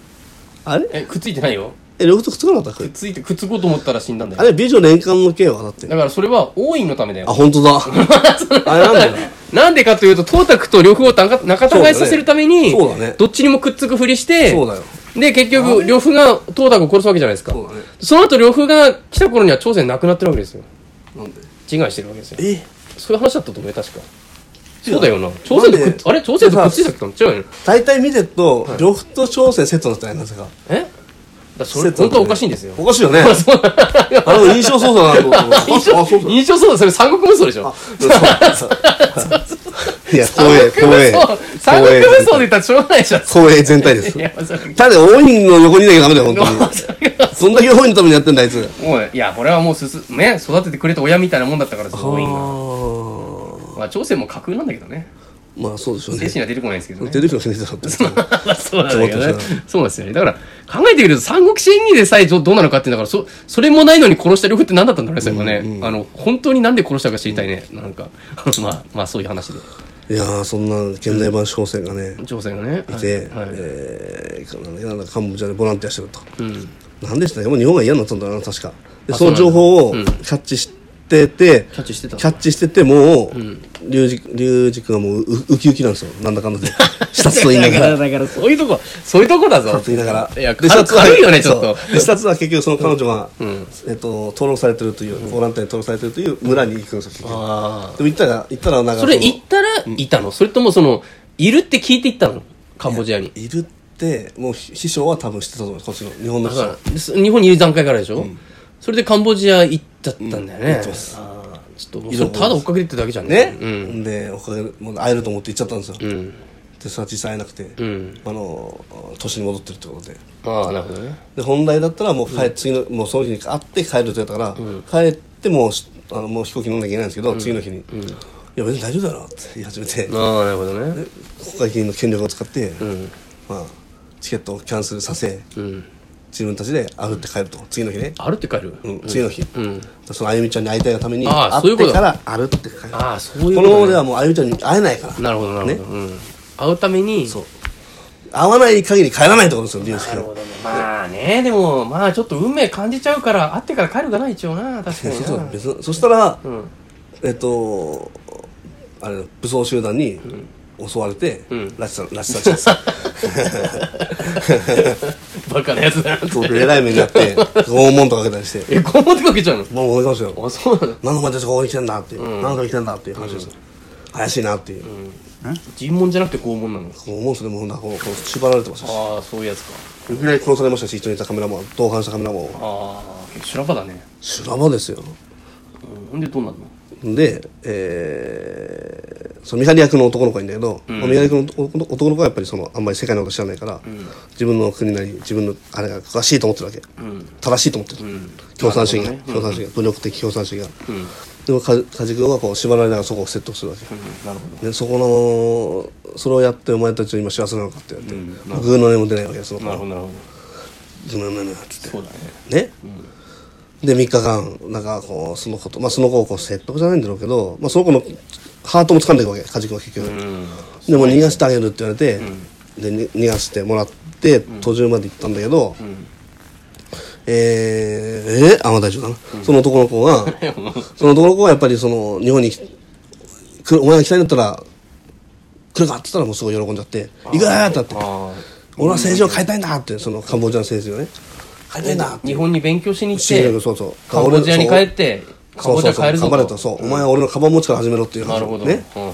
[SPEAKER 1] あれ
[SPEAKER 2] えくっついてないよ
[SPEAKER 1] え緑とくっつかなかった
[SPEAKER 2] く
[SPEAKER 1] っ
[SPEAKER 2] っ
[SPEAKER 1] け
[SPEAKER 2] ついてくっつこうと思ったら死んだんだ
[SPEAKER 1] あ
[SPEAKER 2] よ
[SPEAKER 1] れ美女年間の刑はだって
[SPEAKER 2] だからそれは大いのためだ
[SPEAKER 1] あ
[SPEAKER 2] よ
[SPEAKER 1] 本当 だあれなんだよな
[SPEAKER 2] なんでかというとトータクと両方を仲仲違いさせるために、
[SPEAKER 1] そうだねそうだね
[SPEAKER 2] どっちにもくっつくふりして
[SPEAKER 1] そうだよ
[SPEAKER 2] で結局両夫がトータクを殺すわけじゃないですか
[SPEAKER 1] そうだね
[SPEAKER 2] その後両夫が来た頃には朝鮮亡くなってるわけですよ
[SPEAKER 1] なんで
[SPEAKER 2] 自害してるわけですよ
[SPEAKER 1] え
[SPEAKER 2] そういう話だったと思うよ確か
[SPEAKER 1] 違う
[SPEAKER 2] そうだよな朝鮮と
[SPEAKER 1] な
[SPEAKER 2] く
[SPEAKER 1] ん
[SPEAKER 2] っ
[SPEAKER 1] で
[SPEAKER 2] あれ朝鮮とくっついたっけな違うよね
[SPEAKER 1] 大体見てると緑と挑戦セットだったよなぜか
[SPEAKER 2] えだそれ
[SPEAKER 1] セットだ
[SPEAKER 2] 本
[SPEAKER 1] った
[SPEAKER 2] 当
[SPEAKER 1] よね
[SPEAKER 2] はおかしいんですよ
[SPEAKER 1] おかしいよね
[SPEAKER 2] そう
[SPEAKER 1] あの印象操作だなと思っ て
[SPEAKER 2] 印象
[SPEAKER 1] あそうそう
[SPEAKER 2] 印象そうだそれ三国無双でしょ
[SPEAKER 1] いや光栄光栄
[SPEAKER 2] 三国無双で言ったらしょうがないじゃん
[SPEAKER 1] 光栄全体です
[SPEAKER 2] いや、それ
[SPEAKER 1] ただ多いの横にいなきゃダメだよ本当 にそんだけ多いのためにやってんだあいつ
[SPEAKER 2] もう、いや、これはもうすす、ね、育ててくれた親みたいなもんだったから、すごいな。
[SPEAKER 1] あ
[SPEAKER 2] まあ、朝鮮も架空なんだけどね。
[SPEAKER 1] あまあそうでしょう
[SPEAKER 2] 精
[SPEAKER 1] ね
[SPEAKER 2] 神は出てこないんですけどね。
[SPEAKER 1] 出てきませんでしたって
[SPEAKER 2] まあ そうなんだけど
[SPEAKER 1] ちょっ
[SPEAKER 2] ね
[SPEAKER 1] と待っ。
[SPEAKER 2] そうなんですよね。だから、考えてみると、三国志演義でさえどどうなのかっていうんだから、そ、それもないのに殺した呂布って何だったんだろうね、それもね。あの、本当になんで殺したか知りたいね。なんか、 まあ、まあ、そういう話で。
[SPEAKER 1] いやーそんな現代版商船がね
[SPEAKER 2] 朝鮮がね。
[SPEAKER 1] いて、
[SPEAKER 2] はいはい
[SPEAKER 1] えーなんだっけなんだカンボジアでボランティアしてると
[SPEAKER 2] うん。
[SPEAKER 1] なんでしたっけもう日本が嫌になったんだな確かで
[SPEAKER 2] あ
[SPEAKER 1] その情報を
[SPEAKER 2] そう
[SPEAKER 1] キ
[SPEAKER 2] なん
[SPEAKER 1] ャッチしってて
[SPEAKER 3] キャッチしてた
[SPEAKER 1] キャッチしててもう龍二龍二君はもううウキウキなんですよなんだかん だで下つと言いながら
[SPEAKER 2] だからそういうとこそういうとこだぞ
[SPEAKER 1] 下つと言いながら
[SPEAKER 2] いや
[SPEAKER 1] で下つは
[SPEAKER 2] 軽いよねちょっと
[SPEAKER 1] そうで下つは結局その彼女が、えっと、登録されてるというボランティアに登録されてるという村に行くんですよ結局
[SPEAKER 2] あ
[SPEAKER 1] でも行ったら行ったらなんか
[SPEAKER 2] それ
[SPEAKER 1] の
[SPEAKER 2] 行ったらいたのそれともそのいるって聞いて行ったのカンボジアに
[SPEAKER 1] いるってもうひ師匠は多分知ってたと思いますこっちの日本の
[SPEAKER 2] だ
[SPEAKER 1] 師
[SPEAKER 2] か
[SPEAKER 1] 匠
[SPEAKER 2] らです日本にいる段階からでしょ、それでカンボジア行っちゃったんだよね、
[SPEAKER 1] 行ってます
[SPEAKER 2] あーちょっとそれただ追っかけてってだけじゃん
[SPEAKER 1] ね、
[SPEAKER 2] うん
[SPEAKER 1] でおかげでもう会えると思って行っちゃったんですよ、
[SPEAKER 2] うん
[SPEAKER 1] でそれは実際会えなくて、
[SPEAKER 2] ん
[SPEAKER 1] あの都市に戻ってるってことで
[SPEAKER 2] ああなるほどね
[SPEAKER 1] で本来だったらもう帰、次のもうその日に会って帰るとやったから、帰ってもうしあのもう飛行機乗んなきゃいけないんですけど、次の日に、いや別に大丈夫だろって言い始めて、国
[SPEAKER 2] ああなるほどね
[SPEAKER 1] 会議員の権力を使って、まあ、チケットをキャンセルさせ、自分たちで会うって帰ると次の日ね、
[SPEAKER 2] あるって帰る、
[SPEAKER 1] うん、次の日、そのあゆみちゃんに会いたいがために
[SPEAKER 2] ああ
[SPEAKER 1] 会ってから歩って帰る
[SPEAKER 2] ああそういう
[SPEAKER 1] こ
[SPEAKER 2] こ
[SPEAKER 1] の
[SPEAKER 2] とね
[SPEAKER 1] ままではもうあゆみちゃんに会えないから
[SPEAKER 2] なるほどなるほど、うん、会うために
[SPEAKER 1] そう会わない限り帰らないってことですよ龍介
[SPEAKER 2] なる
[SPEAKER 1] は
[SPEAKER 2] ほどねまあねでもまあちょっと運命感じちゃうから会ってから帰るかな一応な確か
[SPEAKER 1] そう
[SPEAKER 2] に
[SPEAKER 1] そう
[SPEAKER 2] な
[SPEAKER 1] 別のそしたら、
[SPEAKER 2] ん
[SPEAKER 1] えっとあれ武装集団に襲われて、拉致さ拉致されちゃった
[SPEAKER 2] バカなやつだな
[SPEAKER 1] そうえらい目になって拷問とかけたりして
[SPEAKER 2] えこう思ってかけちゃう
[SPEAKER 1] もう思いました
[SPEAKER 2] の
[SPEAKER 1] よ
[SPEAKER 2] あそうなの
[SPEAKER 1] 何の前たちここに来てんだっていう、何のたち来てんだっていう話ですよ、怪しいなっていう、
[SPEAKER 2] 尋問じゃなくて拷問なの
[SPEAKER 1] もう思うんですよもうなんかこうこう縛られてましたし
[SPEAKER 2] ああそういうやつか
[SPEAKER 1] いきなり殺されましたし一緒にいたカメラマン同伴したカメラマンを
[SPEAKER 2] ああ修羅場だね
[SPEAKER 1] 修羅場ですよ
[SPEAKER 2] うんほんでどうなるの
[SPEAKER 1] で、えー、その見張り役の男の子がいるんだけど、見張り役の男の男の子はやっぱりそのあんまり世界のこと知らないから、自分の国なり自分のあれが正しいと思ってるわけ、正しいと思ってる、共産主義が、共産主義が武力的共産主義が、でもか梶君はこう縛られながらそこを説得するわけ、
[SPEAKER 2] なるほ
[SPEAKER 1] でそこのそれをやってお前たちは今幸せなのかって言われて、グーの音も出ないわけですその
[SPEAKER 2] どなる
[SPEAKER 1] 子は
[SPEAKER 2] ほどなるほ
[SPEAKER 1] グーの音も出ないっつって
[SPEAKER 2] どそうだね
[SPEAKER 1] ね、で3日間なんかこうそのことまあその子をこう説得じゃないんだろうけど、まあ、その子のハートも掴んでいくわけカジ君は結局、でも逃がしてあげるって言われて、でに逃がしてもらって途中まで行ったんだけど、えー、えー、あまあ大丈夫かな、その男の子が その男の子はやっぱりその日本に来るお前が来たいんだったら来るかって言ったらもうすごい喜んじゃって「行くーってなって
[SPEAKER 2] あ
[SPEAKER 1] 「俺は政治を変えたいんだ」ってそのカンボジアの政治をね変えたいんだっ
[SPEAKER 2] あ
[SPEAKER 1] て
[SPEAKER 2] 日本に勉強しに行っ
[SPEAKER 1] 新
[SPEAKER 2] て
[SPEAKER 1] 宿そうそう
[SPEAKER 2] カンボジアに帰ってカンボジア帰るぞ
[SPEAKER 1] 頑張れとそう、お前は俺のカバン持ちから始めろっていう話
[SPEAKER 2] なるほど
[SPEAKER 1] ね
[SPEAKER 2] うんうん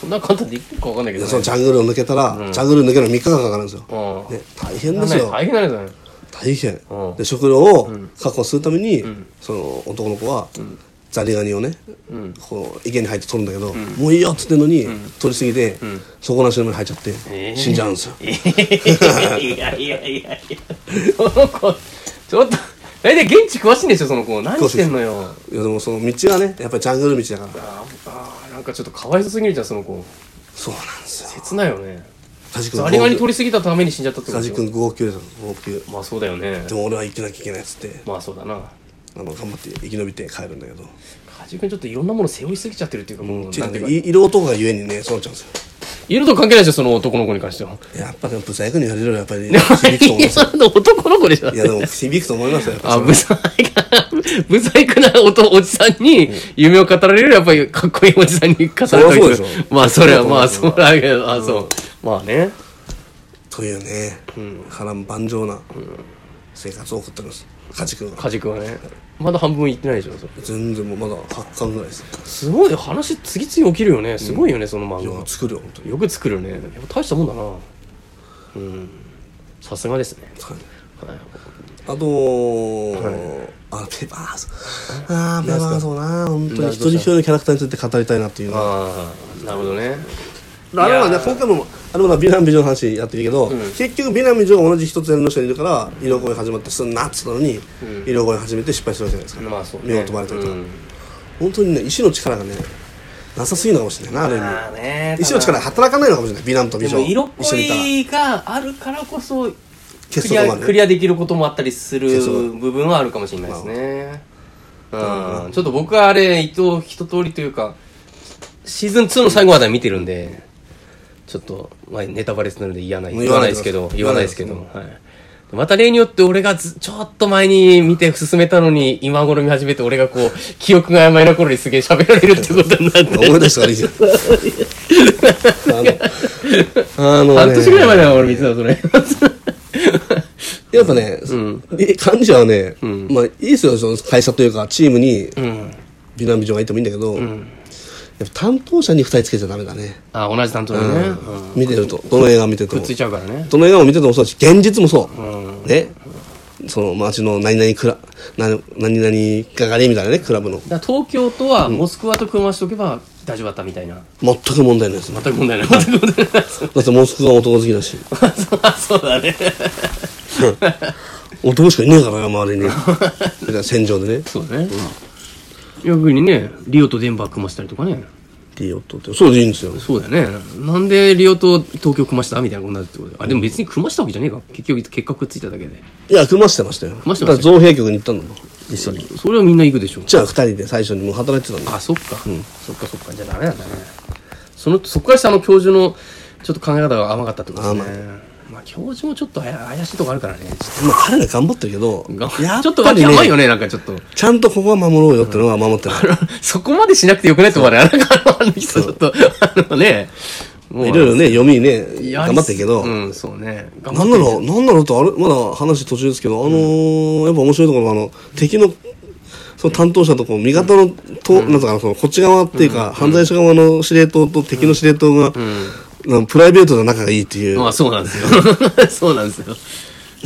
[SPEAKER 2] そんな簡単にできるかわかんないけどね
[SPEAKER 1] そのジャングルを抜けたら、ジャングル抜けるの3日間かかるんですよ、
[SPEAKER 2] うん
[SPEAKER 1] ね、大変ですよ
[SPEAKER 2] 大変なんだね
[SPEAKER 1] 大変、
[SPEAKER 2] うん
[SPEAKER 1] で食料を確保するために、その男の子は、ザリガニをね、こう池に入って取るんだけど、もういいよっつってんのに、取りすぎて、底なしの目に入っちゃって、
[SPEAKER 2] えー
[SPEAKER 1] 死んじゃうんですよ
[SPEAKER 2] いやいやいやいやその子ちょっと大体現地詳しいんでしょその子何してんのよ
[SPEAKER 1] いやでもその道がねやっぱりジャングル道だから
[SPEAKER 2] ああなんかちょっとかわいそうすぎるじゃんその子
[SPEAKER 1] そうなんですよ
[SPEAKER 2] 切ないよね
[SPEAKER 1] カジ君
[SPEAKER 2] ザリガニ取りすぎたために死んじゃったってこ
[SPEAKER 1] カジ
[SPEAKER 2] と
[SPEAKER 1] 君号泣ですよ号泣
[SPEAKER 2] まあそうだよね
[SPEAKER 1] でも俺は生きなきゃいけないっつって
[SPEAKER 2] まあそうだな
[SPEAKER 1] あの頑張って生き延びて帰るんだけど
[SPEAKER 2] カジ君ちょっといろんなもの背負いすぎちゃってるっていうかもう
[SPEAKER 1] ち
[SPEAKER 2] なんていうか
[SPEAKER 1] い色男がゆえにねそうなっちゃうんですよ
[SPEAKER 2] 色と関係ないでしょその男の子に関しては
[SPEAKER 1] やっぱでもブサイクに言われるよやっぱり
[SPEAKER 2] いや
[SPEAKER 1] 響くと思いますよ
[SPEAKER 2] それ男の子でしょ
[SPEAKER 1] いやでも響くと思いますよやっぱ
[SPEAKER 2] あ、ブサイク、ブサイクなおとおじさんに夢を語られるやっぱりかっこいいおじさんに語られ
[SPEAKER 1] そりゃそう
[SPEAKER 2] る
[SPEAKER 1] でしょ
[SPEAKER 2] まあそれはまあそうだけど、あ、そう。まあね。
[SPEAKER 1] というね波乱万丈な生活を送ってます家畜は
[SPEAKER 2] カジ君はね。まだ半分いってないでしょ、それ。
[SPEAKER 1] 全然もうまだ8巻ぐらいです
[SPEAKER 2] すごい、話次々起きるよね。すごいよね、その
[SPEAKER 1] い
[SPEAKER 2] 漫
[SPEAKER 1] や
[SPEAKER 2] 画。
[SPEAKER 1] 作るよ本当に
[SPEAKER 2] よく作るね。やっぱ大したもんだな。うん。さすがですね。はい
[SPEAKER 1] あとあペーパーソあーペーパーソな本当に一人一人のキャラクターについて語りたいなっていうのは
[SPEAKER 2] ああ、なるほどね。
[SPEAKER 1] あれはね
[SPEAKER 2] いやー
[SPEAKER 1] 今回もあれもな美男美女の話やってるけど、結局美男美女が同じ一つ屋根の人にいるから色恋始まってすんなっつったのに、色恋始めて失敗するわけじゃないですか、
[SPEAKER 2] まあそうね。
[SPEAKER 1] 目を飛ばれたりとか、
[SPEAKER 2] うん
[SPEAKER 1] 本当にね意志の力がねなさすぎるのかもしれないなある
[SPEAKER 2] まあ
[SPEAKER 1] 意
[SPEAKER 2] ね
[SPEAKER 1] 味意志の力が働かないのかもしれない美男と美
[SPEAKER 2] で
[SPEAKER 1] 女
[SPEAKER 2] も色
[SPEAKER 1] 一緒にいたら
[SPEAKER 2] 恋があるからこそク
[SPEAKER 1] 結
[SPEAKER 2] リ
[SPEAKER 1] 束も
[SPEAKER 2] ア
[SPEAKER 1] あるね
[SPEAKER 2] クリアできることもあったりする
[SPEAKER 1] 結束も
[SPEAKER 2] 部分はあるかもしれないですね、うん、ちょっと僕はあれ一応一通りというかシーズン2の最後まで見てるんでちょっと、まあ、ネタバレするので言わない
[SPEAKER 1] もう言わない
[SPEAKER 2] ですけど
[SPEAKER 1] でください
[SPEAKER 2] 言わないですけど、
[SPEAKER 1] 言
[SPEAKER 2] はい、また例によって俺がずちょっと前に見て進めたのに今頃見始めて俺がこう 記憶が曖昧な頃にすげえ喋られるってことになって
[SPEAKER 1] 思い出 したからいいじゃん。あの、あのね
[SPEAKER 2] 半年ぐらい前だよ俺見てたのそれ
[SPEAKER 1] やっぱね、え幹事はね、まあいいですよ、その会社というか、チームに美男美女がいてもいいんだけど、やっぱ担当者に二人つけちゃダメだね。
[SPEAKER 2] あ同じ担当でね、うん
[SPEAKER 1] 見てると、どの映画見てて
[SPEAKER 2] く
[SPEAKER 1] も
[SPEAKER 2] っ。ついちゃうからね
[SPEAKER 1] どの映画も見ててもそうだし、現実もそう。ね。その街の何々クラ、何何々係みたいなね、クラブの。
[SPEAKER 2] だから東京とはモスクワと組ましておけば大丈夫だったみたいな、
[SPEAKER 1] 全く問題ない です。だ
[SPEAKER 2] 全く問題ない全く問題ない
[SPEAKER 1] ってモスクワは男好きだし、
[SPEAKER 2] そうだね
[SPEAKER 1] 男しかいねえからな、周 りに。みたいな戦場でね。
[SPEAKER 2] そうだね、逆にねリオとデンバー組ましたりとかね
[SPEAKER 1] リオットって。そうでいいんですよ。
[SPEAKER 2] そうだよね。なんでリオと東京組ましたみたいなことになるってことだよあ、でも別に組ましたわけじゃねえか。結局、結果くっついただけで。
[SPEAKER 1] いや、組ましてましたよ。
[SPEAKER 2] ましてました
[SPEAKER 1] だから造幣局に行ったんだもん。
[SPEAKER 2] それそれはみんな行くでしょ。
[SPEAKER 1] じゃあ二人で最初にもう働いてたんだ。
[SPEAKER 2] あ、そっか。そっかそっか。じゃあダメなんだね。その、そっから下の教授の、ちょっと考え方が甘かったってことですね。まあ、教授もちょっと怪怪しいとこあるからね。
[SPEAKER 1] まあ彼ら頑張ってるけど、や
[SPEAKER 2] ちょっと
[SPEAKER 1] ぱり
[SPEAKER 2] 脇甘いよ
[SPEAKER 1] ね、
[SPEAKER 2] ね、なんかちょっと。
[SPEAKER 1] ちゃんとここは守ろうよってのは守ってない。
[SPEAKER 2] そこまでしなくてよくないと思うね。なんかあの人ちょっと、あのね、 も
[SPEAKER 1] いろいろね、読みね、
[SPEAKER 2] やり
[SPEAKER 1] 頑張ってるけど、
[SPEAKER 2] うん、そうね。頑
[SPEAKER 1] な
[SPEAKER 2] 張っ
[SPEAKER 1] ん
[SPEAKER 2] て
[SPEAKER 1] な
[SPEAKER 2] るけど
[SPEAKER 1] の、なんなのと、あれ、まだ話途中ですけど、あのーやっぱ面白いところは、あの、敵の、その担当者とこう、味方の、と、なんつうかな、その、こっち側っていうか、犯罪者側の司令塔と敵の司令塔が、なんかプライベートな仲がいいっていう、
[SPEAKER 2] まあそうなんです よ。そうなんですよ。
[SPEAKER 1] ね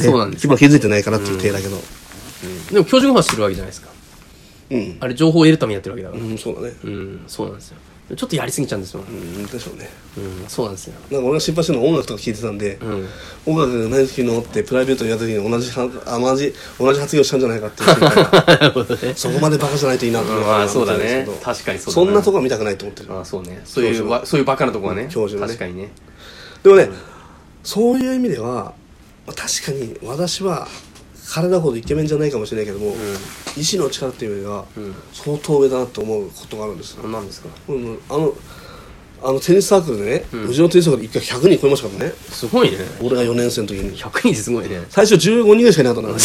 [SPEAKER 2] そうなんですよ。
[SPEAKER 1] 今気づいてないからっていう体だけど。
[SPEAKER 2] でも教授の方は知るわけじゃないですか。
[SPEAKER 1] うん。
[SPEAKER 2] あれ情報を得るためにやってるわけだから。
[SPEAKER 1] うん、そうだね。
[SPEAKER 2] うん、そうなんですよ。ちょっとやりすぎちゃうんですよ。
[SPEAKER 1] うん、でしょうね。
[SPEAKER 2] うん、そうなんですよ。
[SPEAKER 1] なんか俺が心配してるのは音楽とか聴いてたんで、音楽何聴くのってプライベートでやった時に同じはあ同じ同じ発言をしたんじゃないかっていう心配が
[SPEAKER 2] なるほどね。
[SPEAKER 1] そこまでバカじゃないといいなと思って
[SPEAKER 2] まあそうだね
[SPEAKER 1] 思って。たんです
[SPEAKER 2] 確かに
[SPEAKER 1] けど
[SPEAKER 2] そ
[SPEAKER 1] そ
[SPEAKER 2] うだ
[SPEAKER 1] んなとこは見たくないと思ってる
[SPEAKER 2] ああそうね。そういうわ、そういうバカなとこはね。
[SPEAKER 1] 教授のね
[SPEAKER 2] 確かにね。
[SPEAKER 1] でもね、そういう意味では確かに私は体ほどイケメンじゃないかもしれないけども、意志の力っていうよりは、相当上だなと思うことがあるんですよ、
[SPEAKER 2] 何ですか
[SPEAKER 1] うんあのあのテニスサークルでね、うちのテニスサークルで一回100人超えましたからね
[SPEAKER 2] すごいね。
[SPEAKER 1] 俺が4年生の時に
[SPEAKER 2] 100人ってすごいね。
[SPEAKER 1] 最初15人しかいなかったの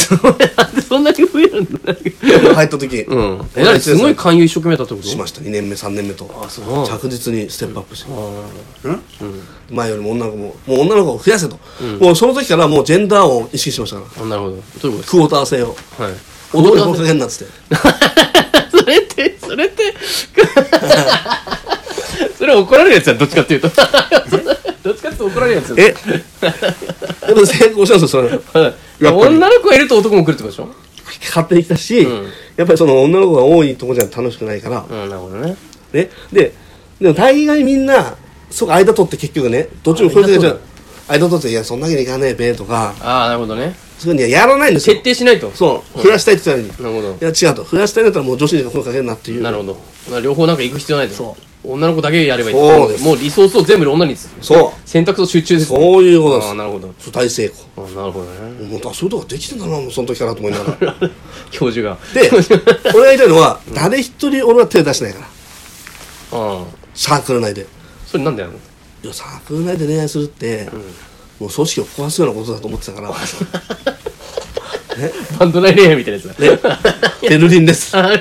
[SPEAKER 2] なんで そんなに増えるんだ
[SPEAKER 1] 入った時、
[SPEAKER 2] うん。え、何すごい勧誘一生懸命だったってこと
[SPEAKER 1] しました2年目3年目と
[SPEAKER 2] あそう
[SPEAKER 1] 着実にステップアップして、うん前よりも女の子ももう女の子を増やせと、もうその時からもうジェンダーを意識してましたから
[SPEAKER 2] あなるほど。どういうことです
[SPEAKER 1] クォーター制を
[SPEAKER 2] か はい。
[SPEAKER 1] 男に声かけんなっつって
[SPEAKER 2] それって、それって、 それ怒られるやつだ、どっちかってい うと。どっちかっていうと怒られるやつだ
[SPEAKER 1] えでも成功したんですよそれ
[SPEAKER 2] はい
[SPEAKER 1] やっぱり
[SPEAKER 2] 女の子がいると男も来るってことでしょ
[SPEAKER 1] 買ってきたし、やっぱりその女の子が多いとこじゃ楽しくないから、
[SPEAKER 2] うん、なるほどね。
[SPEAKER 1] ねででも大概みんなそこ間取って結局ねどっちも声かけちゃう間取って「いやそんなわけにいかねえべ」とか
[SPEAKER 2] ああ、なるほどね。
[SPEAKER 1] そういうふうにやらないんですよ
[SPEAKER 2] 徹底しないと。
[SPEAKER 1] そう、増やしたいって言ってたのに。
[SPEAKER 2] なるほ
[SPEAKER 1] いや、違うと。増やしたいんだったらもう女子に声かけるなっていう。
[SPEAKER 2] ど。なるほど。まあ両方なんか行く必要ないと。
[SPEAKER 1] そ
[SPEAKER 2] 女の子だけやればいいと
[SPEAKER 1] そうです
[SPEAKER 2] もうリソースを全部女に
[SPEAKER 1] そう。
[SPEAKER 2] 選択と集中です。
[SPEAKER 1] そういうことです
[SPEAKER 2] ああ、なるほど。
[SPEAKER 1] そう大成功。
[SPEAKER 2] あなるほどね。
[SPEAKER 1] もうあそういうとこできてんだな、もうその時からと思いながら。
[SPEAKER 2] 教授が。
[SPEAKER 1] で、俺が言いたいのは、誰一人俺は手出してないから。
[SPEAKER 2] ああ。
[SPEAKER 1] サークル内で。
[SPEAKER 2] それなんだよ。
[SPEAKER 1] いや、サークル内で恋愛するって、もう組織を壊すようなことだと思ってたから。
[SPEAKER 2] バンド内恋愛みたいなやつだ。
[SPEAKER 1] ベルリンです。
[SPEAKER 2] あれ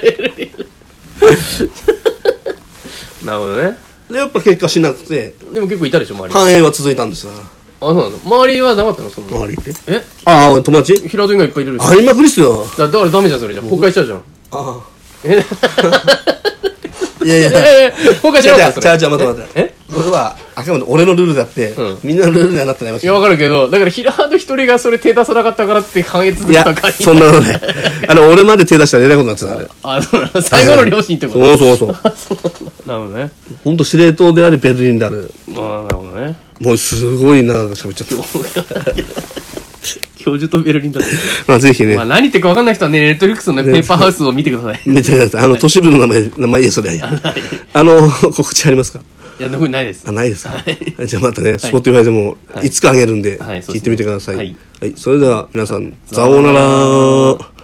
[SPEAKER 2] なるほどね。
[SPEAKER 1] で、やっぱ結果しなくて、
[SPEAKER 2] でも結構いたでしょ、周り。
[SPEAKER 1] 繁栄は続いたんですよ。
[SPEAKER 2] あ、そうなの周りはなかったのその。
[SPEAKER 1] 周りって。
[SPEAKER 2] え
[SPEAKER 1] ああ、友達
[SPEAKER 2] 平戸以外いっぱいいるでしょ
[SPEAKER 1] ありまくりっすよ。
[SPEAKER 2] だだからダメじゃん、それじゃん。崩壊しちゃうじゃん。
[SPEAKER 1] あ
[SPEAKER 2] え
[SPEAKER 1] あ。 いやいや。
[SPEAKER 2] ええ崩壊
[SPEAKER 1] じ
[SPEAKER 2] しちゃう
[SPEAKER 1] ゃ
[SPEAKER 2] か
[SPEAKER 1] あ、
[SPEAKER 2] そ
[SPEAKER 1] じゃあ、
[SPEAKER 2] れ。
[SPEAKER 1] じゃあ、待って待って。
[SPEAKER 2] え
[SPEAKER 1] これは、あくまで俺のルールだって、
[SPEAKER 2] うん
[SPEAKER 1] みんなのルールにはなってないわ
[SPEAKER 2] い
[SPEAKER 1] け。
[SPEAKER 2] や、わかるけど、だから平戸一人がそれ手出さなかったからって反映続
[SPEAKER 1] い
[SPEAKER 2] け
[SPEAKER 1] や
[SPEAKER 2] たか、
[SPEAKER 1] そんなの ね。あの、俺まで手出したらえらいことになってた、あれ。
[SPEAKER 2] あ、そうなの最後の両親ってこと
[SPEAKER 1] そうそうそう。
[SPEAKER 2] なるほどね。
[SPEAKER 1] ほんと司令塔であり、ベルリンである。
[SPEAKER 2] ああ、なるほどね。
[SPEAKER 1] もうすごい長く喋っち ゃっ
[SPEAKER 2] 教授とベルリ ンだって。
[SPEAKER 1] た。まあ、ぜひね
[SPEAKER 2] まあ、、何言ってるかわかんない人はね、ネットリックスのね、ペーパーハウスを見てください。
[SPEAKER 1] 見てください。あの、都市部の名前、名前、いや、それはいや。あの、告知ありますか
[SPEAKER 2] いや、特にないです
[SPEAKER 1] あ、。ないですかじゃあまたね、スポティファイでも、いつかあげるんで、
[SPEAKER 2] はい
[SPEAKER 1] 聞いてみてください。
[SPEAKER 2] は
[SPEAKER 1] はいい。それでは、皆さん、さようなら。